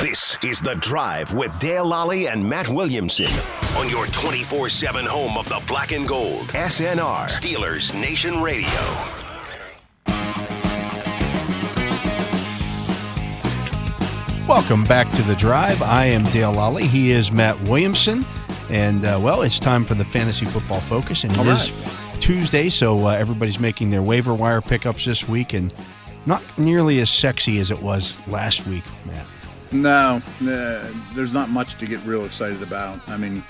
This is The Drive with Dale Lally and Matt Williamson on your 24 7 home of the black and gold. SNR, Steelers Nation Radio. Welcome back to The Drive. I am Dale Lally. He is Matt Williamson. And, uh, well, it's time for the Fantasy Football Focus. And it is Tuesday, so uh, everybody's making their waiver wire pickups this week. And not nearly as sexy as it was last week, Matt. No, uh, there's not much to get real excited about. I mean,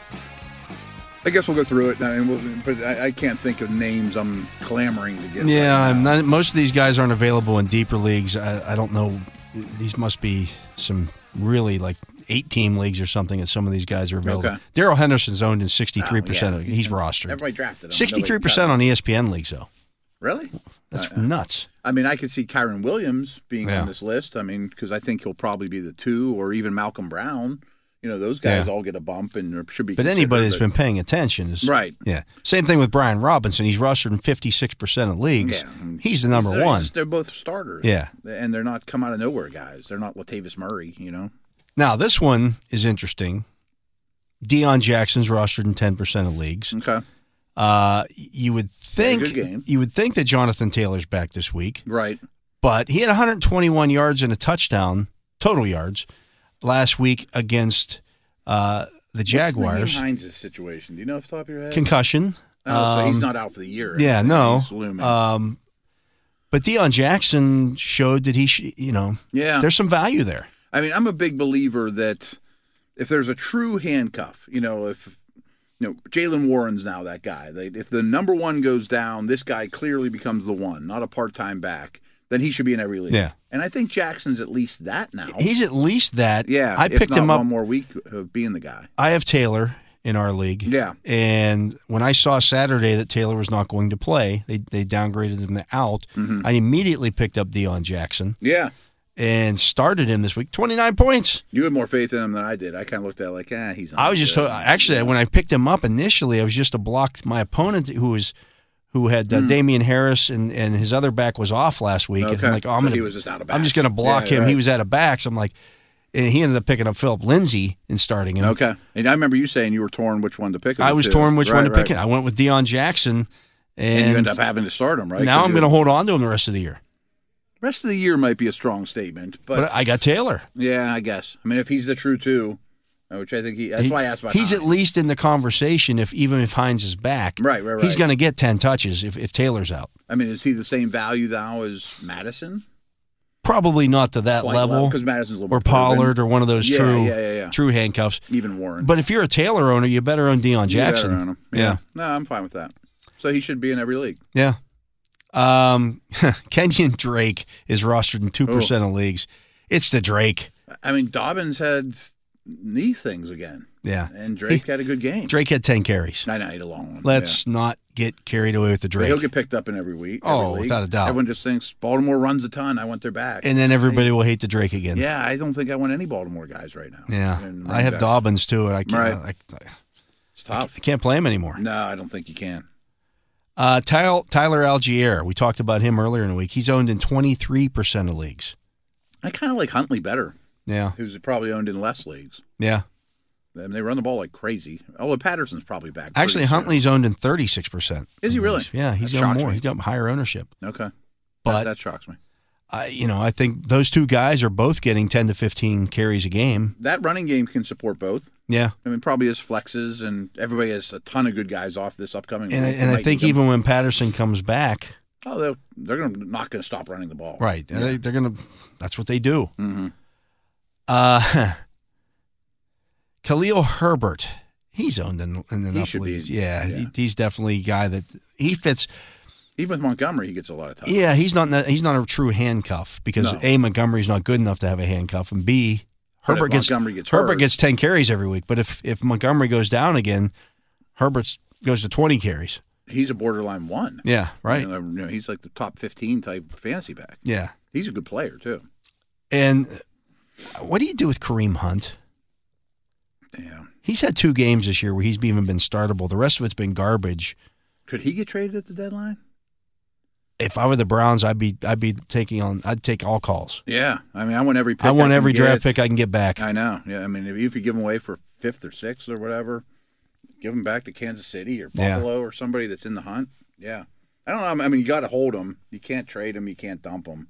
I guess we'll go through it. I mean, we'll, but I, I can't think of names I'm clamoring to get. Yeah, right I'm now. not, most of these guys aren't available in deeper leagues. I, I don't know. These must be some really like eight team leagues or something that some of these guys are available. Okay. Daryl Henderson's owned in 63% Oh, of yeah. He's rostered. Everybody drafted him. 63% on E ESPN leagues, though. Really? That's Uh, nuts. I mean, I could see Kyron Williams being Yeah. on this list. I mean, because I think he'll probably be the two, or even Malcolm Brown. You know, those guys Yeah. all get a bump and there should be. But considered, anybody that's but- been paying attention is. Right. Yeah. Same thing with Brian Robinson. He's rostered in 56% of leagues. Yeah. He's the number they're, one. They're both starters. Yeah. and they're not come out of nowhere guys. They're not Latavius Murray. You know. Now, this one is interesting. Deion Jackson's rostered in 10% of leagues. Okay. Uh, you would think Mm. good game. you would think that Jonathan Taylor's back this week, Right. but he had 121 yards and a touchdown total yards last week against uh, the What's Jaguars. Naheem Hines' situation? Do you know off the top of your head? Concussion. oh, so he's Um, not out for the year. Yeah, He's no. looming. Um, but Deion Jackson showed that he, sh- you know, yeah. there's some value there. I mean, I'm a big believer that if there's a true handcuff, you know, if you know Jalen Warren's now that guy. They, if the number one goes down, this guy clearly becomes the one, not a part-time back. Then he should be in every league. Yeah. And I think Jackson's at least that now. He's at least that. yeah. I if picked not him up. one more week of being the guy. I have Taylor in our league. Yeah. And when I saw Saturday that Taylor was not going to play, they, they downgraded him to out. Mm-hmm. I immediately picked up Deion Jackson Yeah. and started him this week. 29 points. You had more faith in him than I did. I kind of looked at it like, ah, he's. Not I was just so good. actually when I picked him up initially, I was just to block my opponent who was who had Hmm. uh, Damian Harris and, and his other back was off last week. And Okay. I'm like, oh, I'm So gonna, he was just out of I'm just backs. going to block Yeah, him. He right. was out of backs. I'm like, and he ended up picking up Philip Lindsay and starting him. Okay. And I remember you saying you were torn which one to pick. of I the was two. torn which Right, one to right. pick. It. I went with Deion Jackson, and, And, you end up having to start him, right? now 'Cause I'm you- going to hold on to him the rest of the year. Rest of the year might be a strong statement, but, But, I got Taylor. Yeah, I guess. I mean, if he's the true two, uh, which I think he. That's He- why I asked about. He's at Hines. least in the conversation. If even if Hines is back, Right, right, He's right. going to get ten touches if, if Taylor's out. I mean, is he the same value now as Madison? Probably not to that level, because Madison's a little or more proven. Pollard, or one of those Yeah, true yeah, yeah, yeah. true handcuffs. even Warren. But if you're a Taylor owner, you better own Deion You better Jackson. own him. Yeah. No, I'm fine with that. So he should be in every league. yeah, yeah. Um, Kenyon Drake is rostered in two Oh. percent of leagues. It's the Drake. I mean, Dobbins had knee things again, Yeah, and Drake had a good game. Drake had ten carries. I know he had a long one. Let's not get carried away with the Yeah. But Drake. He'll get picked up in every week. every Oh, league. without a doubt. Everyone just thinks Baltimore runs a ton. I want their back. and then everybody will hate the Drake again. yeah, I don't think I want any Baltimore guys right now. Yeah. And I have running back, Dobbins too, and I can't, Right. I, It's tough. I can't play him anymore. No, I don't think you can. Uh, Tyler, Tyler Algier, we talked about him earlier in the week. He's owned in 23% of leagues. I kind of like Huntley better, Yeah. who's probably owned in less leagues. Yeah. I mean, they run the ball like crazy. Although Patterson's probably back. pretty Actually, soon. Huntley's owned in 36%. Is he of really? leagues. Yeah. He's That owned shocks more. me. He's got higher ownership. Okay, that, But that shocks me. I, you know, I think those two guys are both getting 10 to 15 carries a game. That running game can support both. Yeah. I mean, probably has flexes, and everybody has a ton of good guys off this upcoming. And, I- week. and I Vikings think have- even when Patterson comes back, oh, they're, they're gonna, not going to stop running the ball. right, Yeah. they, they're going to, that's what they do. hmm Uh, Khalil Herbert, he's owned in, in enough should be- leagues. yeah, yeah. He, he's definitely a guy that he fits. Even with Montgomery, he gets a lot of time. Yeah, he's not he's not a true handcuff because No. a Montgomery's not good enough to have a handcuff, and b But if Herbert gets Montgomery gets Herbert hurt- gets ten carries every week. But if if Montgomery goes down again, Herbert goes to twenty carries. He's a borderline one. Yeah, right. You know, you know, he's like the top 15 type fantasy back. Yeah, He's a good player, too. and what do you do with Kareem Hunt? Yeah. He's had two games this year where he's even been startable. The rest of it's been garbage. Could he get traded at the deadline? If I were the Browns, I'd be I'd be taking on I'd take all calls. Yeah. I mean, I want every pick. I want can every draft get. pick I can get back. I know. Yeah. I mean, if, if you give him away for fifth or sixth or whatever, give him back to Kansas City or Yeah. Buffalo or somebody that's in the hunt. Yeah. I don't know. I mean, you got to hold him. You can't trade him. You can't dump him.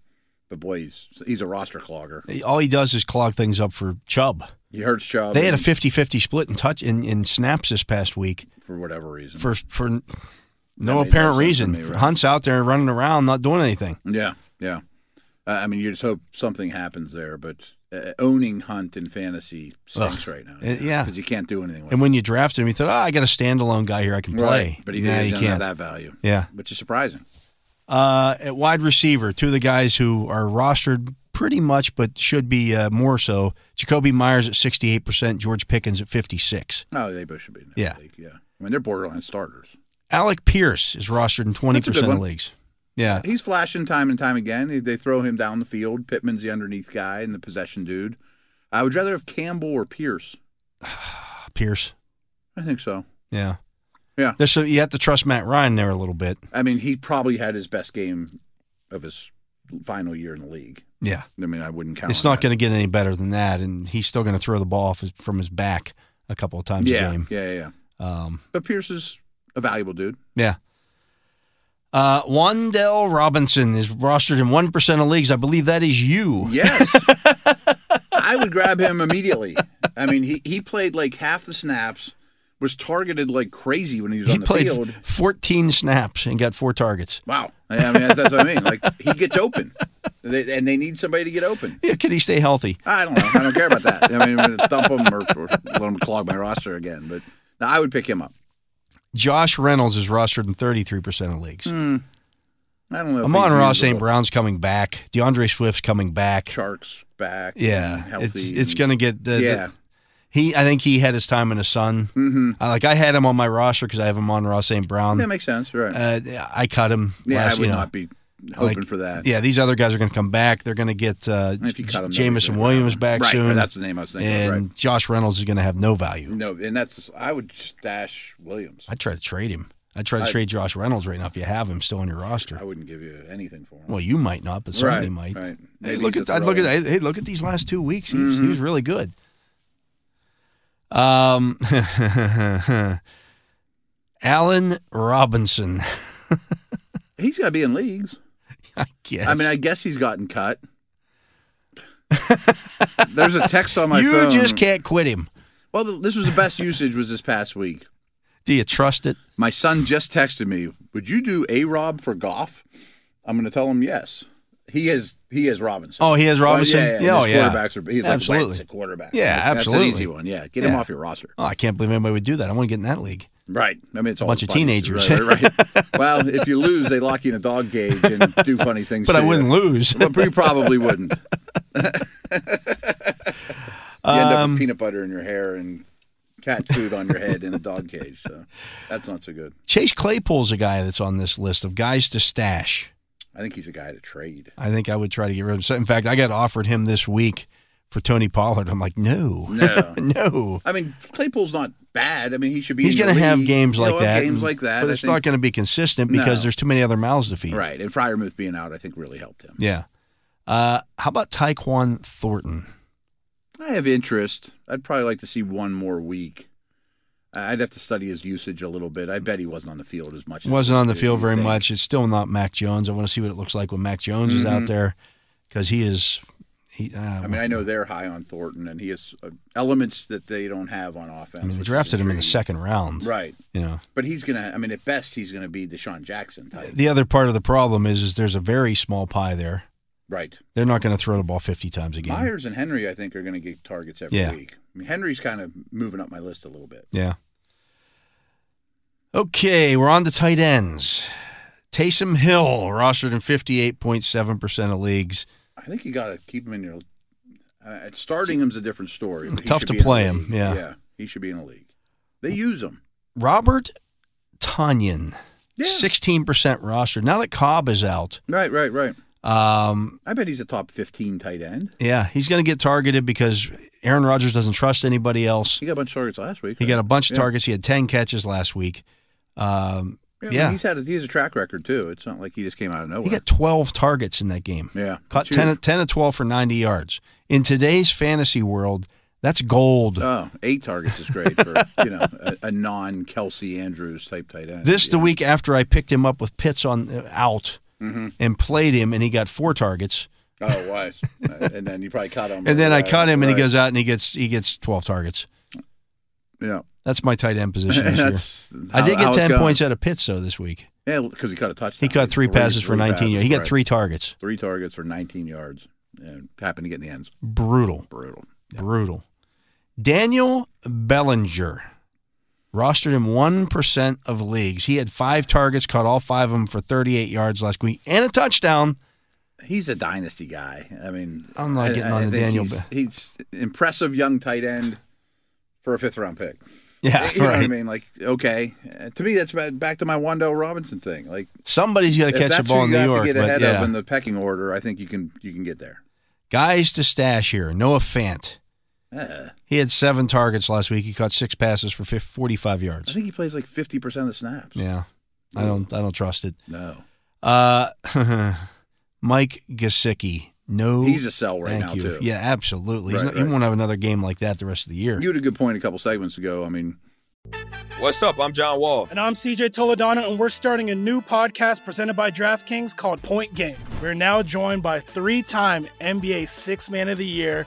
But boy, he's, he's a roster clogger. All he does is clog things up for Chubb. He hurts Chubb They had a 50-50 split in touch in, in snaps this past week for whatever reason. for for made no no sense apparent to reason. me, right? Hunt's out there running around, not doing anything. Yeah, yeah. Uh, I mean, you just hope something happens there, but uh, owning Hunt in fantasy stinks right now. Uh, yeah. because you can't do anything with And when you draft him, you thought, oh, I got a standalone guy here I can him. play. Right, but he yeah, doesn't you can't. have that value, Yeah. which is surprising. Uh, at wide receiver, two of the guys who are rostered pretty much, but should be uh, more so. Jacoby Myers at 68%, George Pickens at 56 Oh, they both should be. In the Yeah. league. yeah. I mean, they're borderline starters. Alec Pierce is rostered in 20% of one. leagues. Yeah. He's flashing time and time again. They- They throw him down the field. Pittman's the underneath guy and the possession dude. I would rather have Campbell or Pierce. Pierce. I think so. Yeah. Yeah. There's, so you have to trust Matt Ryan there a little bit. I mean, he probably had his best game of his final year in the league. Yeah. I mean, I wouldn't count. It's on not that. going to get any better than that, and he's still going to throw the ball off his, from his back a couple of times Yeah, a game. yeah, yeah, yeah. Um, But Pierce is a valuable dude. yeah. Uh, Wandell Robinson is rostered in one percent of leagues. I believe that is you. Yes. I would grab him immediately. I mean, he, he played like half the snaps, was targeted like crazy when he was He on the played field. 14 snaps and got four targets. Wow. I mean, that's, that's what I mean. Like, he gets open, they, and they need somebody to get open. Yeah, can he stay healthy? I don't know. I don't care about that. I mean, I'm gonna dump him or, or let him clog my roster again. But no, I would pick him up. Josh Reynolds is rostered in 33 percent of leagues. Hmm, I don't know. if Amon he's Ross, St. usable. Brown's coming back. DeAndre Swift's coming back. Sharks back. and Yeah, healthy. it's it's and- going to get the, the- yeah. He, I think he had his time in the sun. Mm-hmm. I, like I had him on my roster because I have him on Ross St. Brown. that makes sense, right? Uh, I cut him. yeah, last, I would you know, not be hoping like, for that. Yeah, these other guys are going to come back. They're going to get uh, And if you cut him, Jamison they'll- Williams back right, soon. That's the name I was thinking. of, and right. Josh Reynolds is going to have no value. No, and that's I would stash Williams. I'd try to trade him. I'd try to I- trade Josh Reynolds right now if you have him still on your roster. I wouldn't give you anything for him. Well, you might not, but somebody might. right, Right. Hey, Maybe look he's at a Mm-hmm. I'd look at throw-in. hey, look at these last two weeks. He, was, he was really good. Um, Allen Robinson. He's got to be in leagues. I guess. I mean, I guess he's gotten cut. There's a text on my you phone. just can't quit him. Well, th- this was the best usage was this past week. Do you trust it? My son just texted me. Would you do a Rob for Goff? I'm going to tell him yes. He has he has Robinson. Oh, he has Robinson? Oh, yeah, yeah, Yeah, and oh, his yeah. quarterbacks are he's Absolutely. like Wentz at quarterback. Yeah, That's absolutely. an easy one. Yeah, get him Yeah. off your roster. Oh, I can't believe anybody would do that. I want to get in that league. Right. I mean, it's all bunch of funny. teenagers. Right, right, right. well, if you lose, they lock you in a dog cage and do funny things. But I to wouldn't you. lose. But you probably wouldn't. you end Um, up with peanut butter in your hair and cat food on your head in a dog cage. So that's not so good. Chase Claypool's a guy that's on this list of guys to stash. I think he's a guy to trade. I think I would try to get rid of him. In fact, I got offered him this week for Tony Pollard. I'm like, no, No. no. I mean, Claypool's not bad. I mean, he should be. He's going going to have games like that. Games and- like that. But I it's think- not going to be consistent because No. there's too many other mouths to feed. right. And Fryermuth being out, I think, really helped him. Yeah. Uh, how about Taekwon Thornton? I have interest. I'd probably like to see one more week. I- I'd have to study his usage a little bit. I bet he wasn't on the field as much. as Wasn't on the you field very think. much. It's still not Mac Jones. I want to see what it looks like when Mac Jones is out there. because he is. He, uh, Mm-hmm. I mean, I know they're high on Thornton, and he has uh, elements that they don't have on offense. I mean, which they is drafted him in the intriguing. second round. Right. You know, But he's gonna. I mean, at best, he's gonna be Deshaun Jackson type. the other part of the problem is, is there's a very small pie there. Right. They're not going to throw the ball 50 times a game. Myers and Henry, I think, are gonna get targets every Yeah. week. I mean, Henry's kind of moving up my list a little bit. Yeah. Okay, we're on to tight ends. Taysom Hill, rostered in 58.7% of leagues. I think you got to keep him in your. Uh, starting him's a different story. but he Tough should to be in a play him, league. yeah. Yeah. He should be in a league. They use him. Robert Tanyan, Yeah. 16% rostered. Now that Cobb is out, Right. Right. Right. um, I bet he's a top fifteen tight end. yeah, he's going to get targeted because Aaron Rodgers doesn't trust anybody else. He got a bunch of targets last week. He got a bunch of Yeah. targets. He had 10 catches last week. Um, Yeah, Yeah. yeah. he's had a, he has a track record too. It's not like he just came out of nowhere. he got 12 targets in that game. Oh, yeah, Caught Two- 10, of- 10 of 12 for 90 yards. In today's fantasy world, that's gold. Oh, eight targets is great for you know a, a non Kelsey Andrews type tight end. This yeah. the week after I picked him up with Pitts on uh, out Mm-hmm. and played him, and he got four targets. Oh, wise. Uh, and then you probably caught him. And then I right, cut him, and right. he goes out and he gets he gets twelve targets. Yeah, That's my tight end position this year. that's. I how- did how get it's ten going. points out of Pitts though this week. Yeah, because he caught a touchdown. He caught three, passes for three nineteen yards. He got right. three targets. Three targets for 19 yards, and happened to get in the ends. Brutal, Brutal. brutal. Daniel Bellinger rostered him one percent of leagues. He had five targets, caught all five of them for thirty-eight yards last week, and a touchdown. He's a dynasty guy. I mean, I'm not I- getting I- on I the think Daniel He's, he's impressive young tight end for a fifth round pick. Yeah, you know what I right. mean? Like, okay, Uh, to me, that's ba- back to my Wandell Robinson thing. Like, Somebody's got to if catch the that's ball who in you New have York. to get but ahead yeah. of in the pecking order, I think you can you can get there. Guys to stash here. Noah Fant. Uh, He had seven targets last week. He caught six passes for fif- 45 I yards. think he plays like fifty percent of the snaps. Yeah, I don't. I don't trust it. No, Uh, Mike Gesicki. No, he's a sell right thank now you. too. Yeah, absolutely. He's not, Right, He right. won't have another game like that the rest of the year. you had a good point a couple segments ago. I mean, What's up? I'm John Wall. And I'm CJ Toledano, and we're starting a new podcast presented by DraftKings called Point Game. We're now joined by three time NBA Six Man of the Year,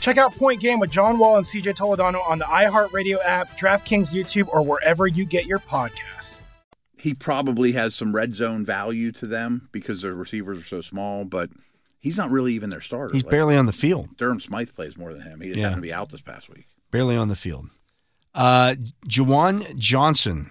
Check out Point Game with John Wall and CJ Toledano on the iHeartRadio app, DraftKings YouTube, or wherever you get your podcasts. he probably has some red zone value to them because their receivers are so small, but he's not really even their starter. He's Like, barely on the field. Durham Smythe plays more than him. He just Yeah. happened to be out this past week. Barely on the field. Uh, Jawan Johnson.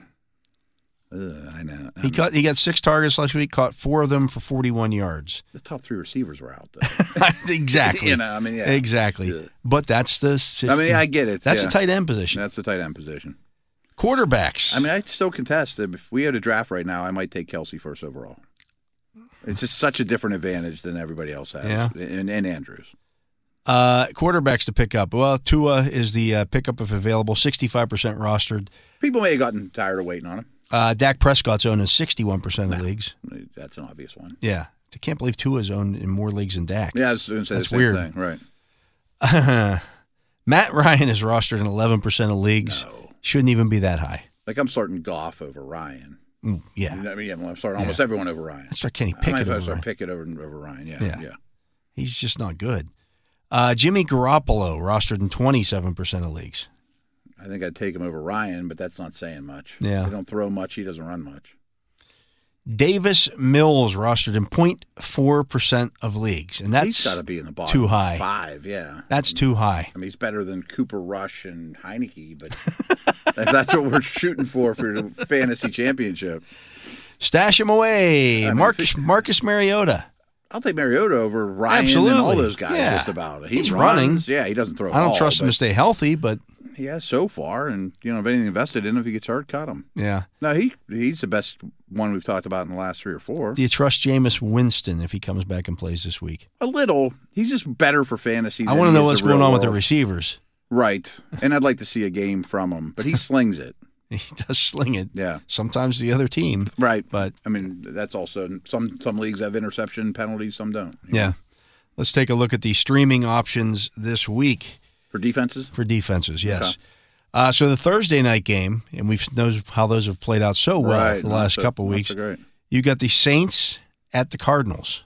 Ugh, I know. He got he got six targets last week. Caught four of them for 41 yards. the top three receivers were out though. exactly. you know, I mean, yeah. Exactly. Yeah. But that's the. System. I mean, I get it. That's yeah. a tight end position. That's the tight end position. Quarterbacks. I mean, I'd still contest it. If we had a draft right now, I might take Kelsey first overall. It's just such a different advantage than everybody else has, Yeah. and, and Andrews. uh, quarterbacks to pick up. Well, Tua is the uh, pickup if available, 65% rostered. People may have gotten tired of waiting on Uh, Dak Prescott's owned in 61% of leagues. him. That's an obvious one. Yeah. I can't believe Tua's owned in more leagues than Dak. Yeah, I was going to say That's the same weird. thing. Right. Matt Ryan is rostered in 11% of leagues. No. Shouldn't even be that high. Like I'm starting Goff over Ryan. Mm, You yeah. know what I mean, I'm starting almost everyone over Ryan. That's right. Kenny I might Pickett. as well over start Ryan. Pickett over, over Ryan. Yeah, Yeah. yeah. He's just not good. Uh, Jimmy Garoppolo rostered in 27% of leagues. I think I'd take him over Ryan, but that's not saying much. Yeah. They don't throw much. He doesn't run much. Davis Mills rostered in 0.4% of leagues. And He's got that's, to be in the bottom. too high. Five. Yeah. that's too high. I mean, he's better than Cooper Rush and Heineke, but if that's what we're shooting for for the fantasy championship, Stash him away. I mean, Mark, if it- Marcus Mariota. I'll take Mariota over Ryan and all Absolutely. those guys Yeah. just about. He He's running. runs. Yeah, he doesn't throw. I at all, don't trust him to but stay healthy, but He has so far, and you know, if anything invested in, him, if he gets hurt, cut him. yeah. No, he he's the best one we've talked about in the last three or four. Do you trust Jameis Winston if he comes back and plays this week? A little. He's just better for fantasy. I than want to he know is what's the real going on with the world. receivers. Right, and I'd like to see a game from him, but he slings it. He does sling it. Yeah. Sometimes to the other team, Right. but I mean, that's also some some leagues have interception penalties, some don't. yeah. Let's take a look at the streaming options this week For defenses, for defenses. Yes. Uh, so the Thursday night game, and we've knows how those have played out so Oh, well right? for the last Not so- couple not weeks. so great. You got the Saints at the Cardinals.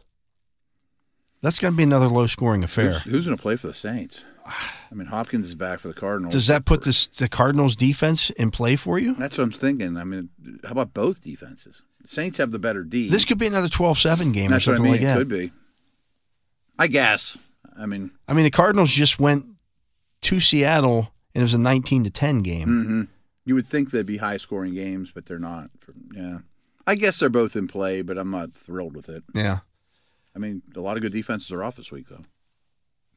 That's going to be another low scoring affair. Who's, who's going to play for the Saints? I mean, Hopkins is back for the Cardinals. Does that put this the Cardinals defense in play for you? That's what I'm thinking. I mean, how about both defenses? Saints have the better D. This could be another 12-7 game that's or what I something mean. like it that. could be. I guess. I mean, I mean, the Cardinals just went to Seattle and it was a 19 to 10 game. mhm. you would think they'd be high scoring games, but they're not. Yeah, I guess they're both in play, but I'm not thrilled with it. Yeah. I mean, a lot of good defenses are off this week, though.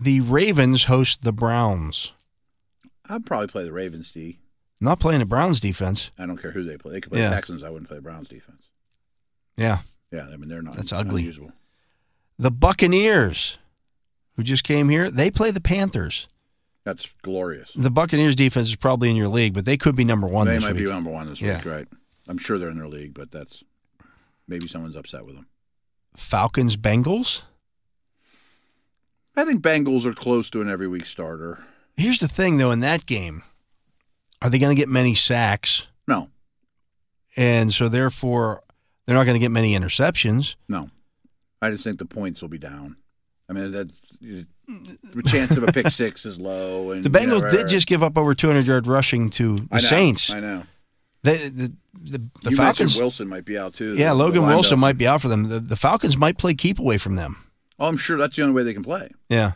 The Ravens host the Browns. I'd probably play the Ravens D. Not playing the Browns defense. I don't care who they play. They could play Yeah. the Texans. I wouldn't play the Browns defense. Yeah. Yeah, I mean they're not. That's ugly. Unusual. The Buccaneers, who just came here, they play the Panthers. That's glorious. The Buccaneers defense is probably in your league, but they could be number one they this might week. be number one this Yeah. week, right? I'm sure they're in their league, but that's maybe someone's upset with them. Falcons, Bengals. I think Bengals are close to an every week starter. Here's the thing, though, in that game, are they going to get many sacks? No, And so, therefore, they're not going to get many interceptions. no. I just think the points will be down. I mean, that's the chance of a pick six is low. And The you know, Bengals right, did right. just give up over 200 yard rushing to the I know, Saints. I know. They, the the, the you Falcons. mentioned Wilson might be out too. yeah, The- the Logan Wilson linebacker. might be out for them. The, the Falcons might play keep away from them. Oh, I'm sure that's the only way they can play. Yeah.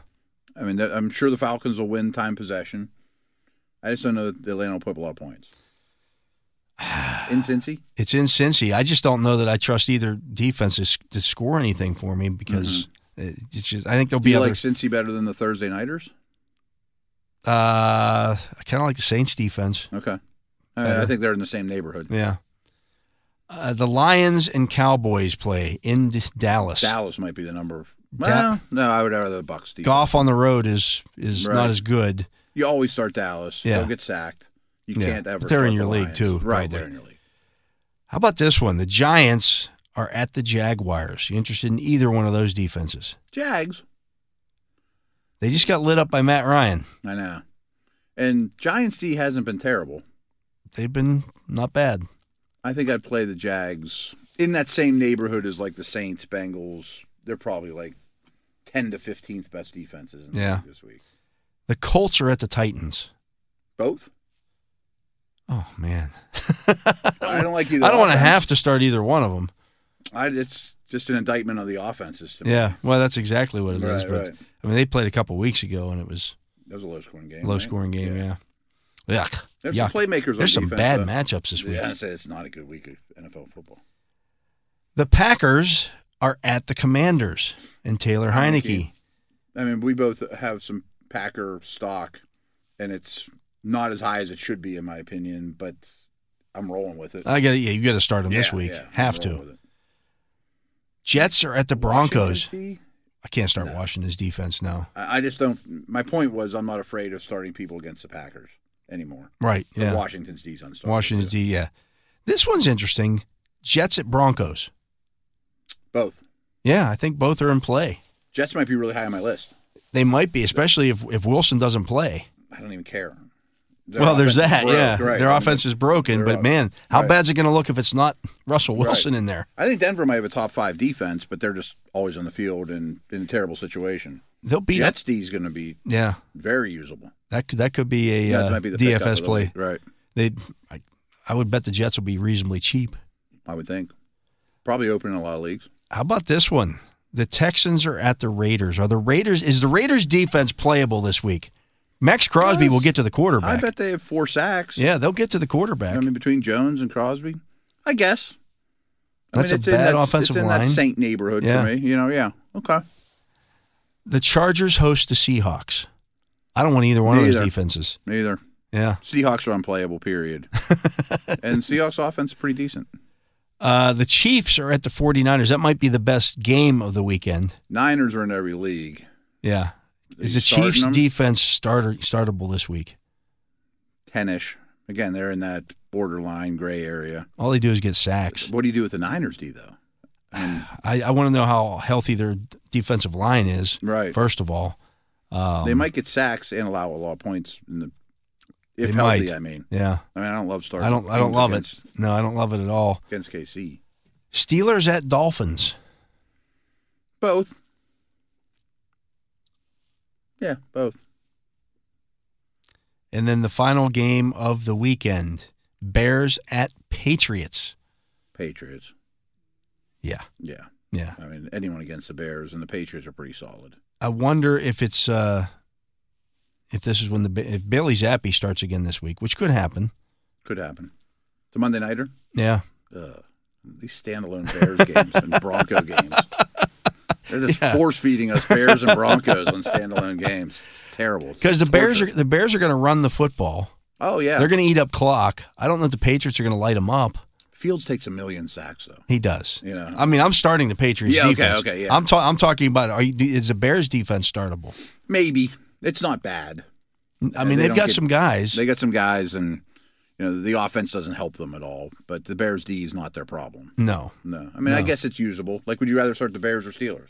I mean, th- I'm sure the Falcons will win time possession. I just don't know that Atlanta will put up a lot of points. In Cincy? It's in Cincy. I just don't know that I trust either defense to, s- to score anything for me because it- it's just I think there'll Do be Mm-hmm. you other. like Cincy better than the Thursday Nighters? uh, I kind of like the Saints defense. Okay. I, Better. I think they're in the same neighborhood. Yeah. Uh, the Lions and Cowboys play in D- Dallas. Dallas might be the number. Of, Da- well, no, I would rather the Bucks. Defense. Golf on the road is is Right. not as good. You always start Dallas. Yeah. They'll get sacked. You Yeah. can't ever. But they're in start your the league, Lions. too, Right, they're probably. in your league. How about this one? The Giants are at the Jaguars. You interested in either one of those defenses? Jags. They just got lit up by Matt Ryan. I know. And Giants D hasn't been terrible. They've been not bad. I think I'd play the Jags in that same neighborhood as like the Saints, Bengals. They're probably like ten to fifteenth best defenses in the Yeah. league this week. The Colts are at the Titans. Both. Oh man, I don't like either. I don't want to offense. have to start either one of them. I, it's just an indictment of the offenses to me. Yeah, well, that's exactly what it is. Right, But right. I mean, they played a couple weeks ago, and it was That was a low scoring game. low right? scoring game. Yeah. Yuck. There's Yuck. some playmakers. There's on some defense, bad though. matchups this week. Yeah, I say it's not a good week of NFL football. The Packers are at the Commanders and Taylor Heineke. Heineke. I mean, we both have some Packer stock, and it's not as high as it should be, in my opinion. But I'm rolling with it. I got yeah, you got to start him this Yeah, week. yeah, I'm have rolling to. with it. Jets are at the Broncos. Washington, D? I can't start Washington's defense now. I I just don't. My point was, I'm not afraid of starting people against the Packers anymore. Right. But Yeah. Washington's D's unstartable. Washington too. D. Yeah. This one's interesting. Jets at Broncos. Both Yeah, I think both are in play. Jets might be really high on my list. They might be, especially if, if Wilson doesn't play. I don't even care. Their Well, there's offense is that. broke, yeah, right. their I mean, offense is broken, they're but up. man, how Right. bad's it going to look if it's not Russell Right. Wilson in there? I think Denver might have a top five defense, but they're just always on the field and in a terrible situation. They'll be Jets D is going to be Yeah, very usable. that could, that could be a Yeah, that uh, might be the pickup of DFS the play. week. right? They, I, I would bet the Jets will be reasonably cheap. I would think. Probably open in a lot of leagues. How about this one? The Texans are at the Raiders. Are the Raiders? Is the Raiders defense playable this week? Max Crosby Yes. will get to the quarterback. I bet they have four sacks. Yeah, they'll get to the quarterback. I mean, between Jones and Crosby, I guess. That's a it's in bad that, offensive It's in line. that Saint neighborhood Yeah. for me. You know, yeah. Okay. the Chargers host the Seahawks. I don't want either one Me of those either. defenses. Neither. Yeah. Seahawks are unplayable, period. and Seahawks offense is pretty decent. Uh, the Chiefs are at the 49ers. That might be the best game of the weekend. Niners are in every league. Yeah. Are Is the you starting Chiefs them? defense starter startable this week? Ten ish. Again, they're in that borderline gray area. All they do is get sacks. What do you do with the Niners D though? And I, I want to know how healthy their defensive line is, right. first of all. Um, they might get sacks and allow a lot of points in the if They healthy, might. I mean. Um, Yeah. I mean I don't love starting. I don't I don't teams love against, it. No, I don't love it at all. against KC. Steelers at Dolphins. Both. Yeah, both. And then the final game of the weekend Bears at Patriots. Patriots. Yeah. Yeah. Yeah. I mean, anyone against the Bears and the Patriots are pretty solid. I wonder if it's uh, if this is when the Ba- if Bailey Zappi starts again this week, which could happen. Could happen. It's a Monday nighter. Yeah, Ugh. These standalone Bears games and Bronco games. They're just Yeah. force feeding us Bears and Broncos on standalone games. It's terrible. It's because the Bears are torture. the Bears are going to run the football. Oh yeah. They're going to eat up clock. I don't know if the Patriots are going to light them up. Fields takes a million sacks though. He does. You know. I mean, I'm starting the Patriots Yeah, okay, defense. okay, yeah. I'm, ta- I'm talking about are you, is the Bears defense startable? Maybe it's not bad. I mean, they they have don't got get- some guys. They got some guys, and you know the offense doesn't help them at all. But the Bears D is not their problem. no, No, I mean I No. guess it's usable. Like, would you rather start the Bears or Steelers?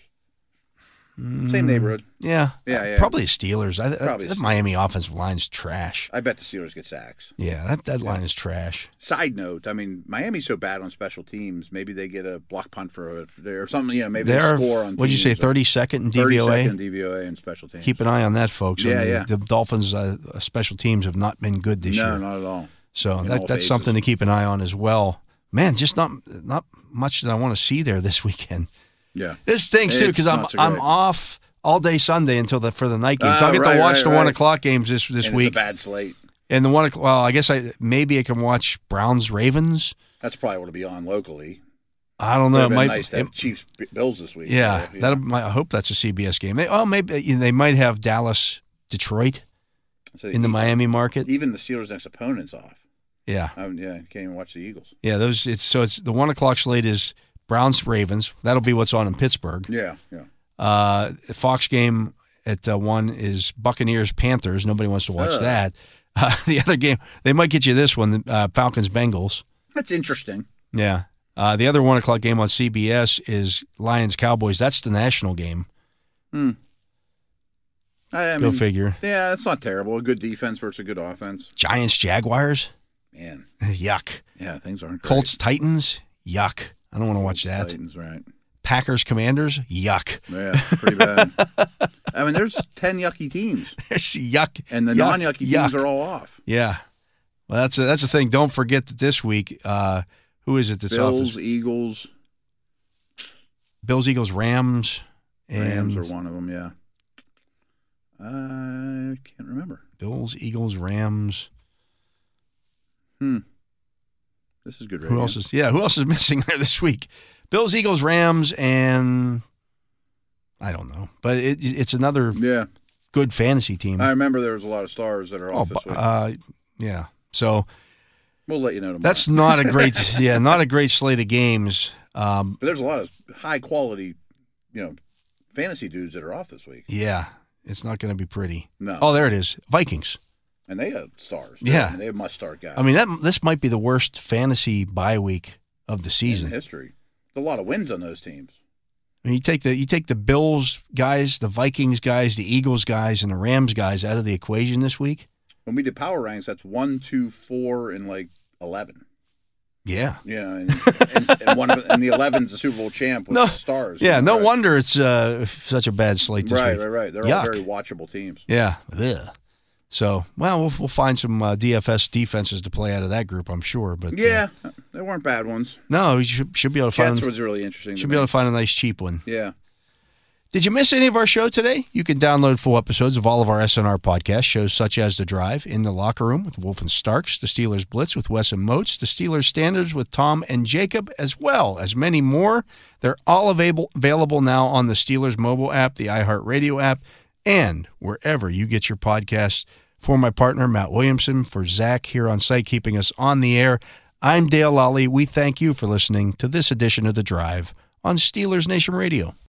Mm. Same neighborhood. yeah, Yeah, yeah. probably the Steelers. I, Probably that, that Steelers. Miami offensive line's trash. I bet the Steelers get sacks. Yeah, that that line is trash. Side note, I mean Miami's so bad on special teams. Maybe they get a block punt for a, or something. You know, maybe they They're- score on. what'd you say, teams. thirty second in DVOA? 32nd DVOA and special teams. keep an eye on that, folks. I Yeah, mean, yeah. The Dolphins' uh, special teams have not been good this no, year, not at all. so in that, all that's phases. something to keep an eye on as well. Man, just not not much that I want to see there this weekend. Yeah, This stinks too It's because I'm not so I'm great. off all day Sunday until the for the night games. Ah, So I'll get right, to watch right, the one right. o'clock games this this and week it's a bad slate. and the one o'clock. Well, I guess I maybe I can watch Browns Ravens. That's probably what'll be on locally. I don't Would know. have It been might. nice to it- have Chiefs Bills this week. yeah, so, you that'll, know. might- I hope that's a CBS game. They, oh, maybe they might have Dallas Detroit So in the e- Miami market. Even the Steelers' next opponent's off. Yeah. Um, yeah, can't even watch the Eagles. Yeah, those. It's so it's the one o'clock slate is Browns Ravens. That'll be what's on in Pittsburgh. Yeah, yeah. Uh, the Fox game at uh, one is Buccaneers Panthers. Nobody wants to watch Ugh. that. Uh, the other game they might get you this one uh, Falcons Bengals. That's interesting. Yeah. Uh, the other one o'clock game on CBS is Lions Cowboys. That's the national game. I, I Go mean, figure. yeah, it's not terrible. A good defense versus a good offense. Giants Jaguars. Man, Yuck. yeah, things aren't great. Colts Titans. Yuck. I don't want to watch that. Titans, right? Packers Commanders. Yuck. Yeah, pretty bad. I mean, there's ten yucky teams, yuck. and the Yuck. non-yucky teams Yuck. are all off. Yeah. Well, that's a, that's the thing. Don't forget that this week, uh, who is it that's off? Bills, this- Eagles, Bills, Eagles, Rams, and Rams are one of them. Yeah, I can't remember. Bills, Eagles, Rams. This is good. Radio. Who else is? Yeah, who else is missing there this week? Bills, Eagles, Rams, and I don't know, but it, it's another Yeah, good fantasy team. I remember there was a lot of stars that are Mm. Oh, off this bu- week. uh, yeah. So we'll let you know tomorrow. that's not a great, yeah, not a great slate of games. Um, But there's a lot of high quality, you know, fantasy dudes that are off this week. yeah, it's not going to be pretty. No. Oh, there it is, Vikings. And they have stars. Yeah. I mean, they have must start guys. I mean, that this might be the worst fantasy bye week of the in season. history. There's a lot of wins on those teams. I mean, you take the you take the Bills guys, the Vikings guys, the Eagles guys, and the Rams guys out of the equation this week. When we did power ranks, that's one, two, four, and like eleven. Yeah, You know, and, and, and one of and the eleven's the Super Bowl champ with No. stars. yeah. No right. wonder it's uh, such a bad slate this Right, week. right, right. They're Yuck. all very watchable teams. Yeah. Ugh. So, well, we'll we'll find some uh, DFS defenses to play out of that group, I'm sure. But uh, Yeah, they weren't bad ones. no, you should, should be able to Jets find was really interesting. to should be able me. to find a nice cheap one. yeah, Did you miss any of our show today? You can download full episodes of all of our SNR podcast shows, such as The Drive, In the Locker Room with Wolf and Starks, The Steelers Blitz with Wes and Moats, The Steelers Standards with Tom and Jacob, as well as many more. They're all available, available now on the Steelers mobile app, the iHeartRadio app, and wherever you get your podcasts. For my partner, Matt Williamson, for Zach here on site, keeping us on the air, I'm Dale Lally. We thank you for listening to this edition of The Drive on Steelers Nation Radio.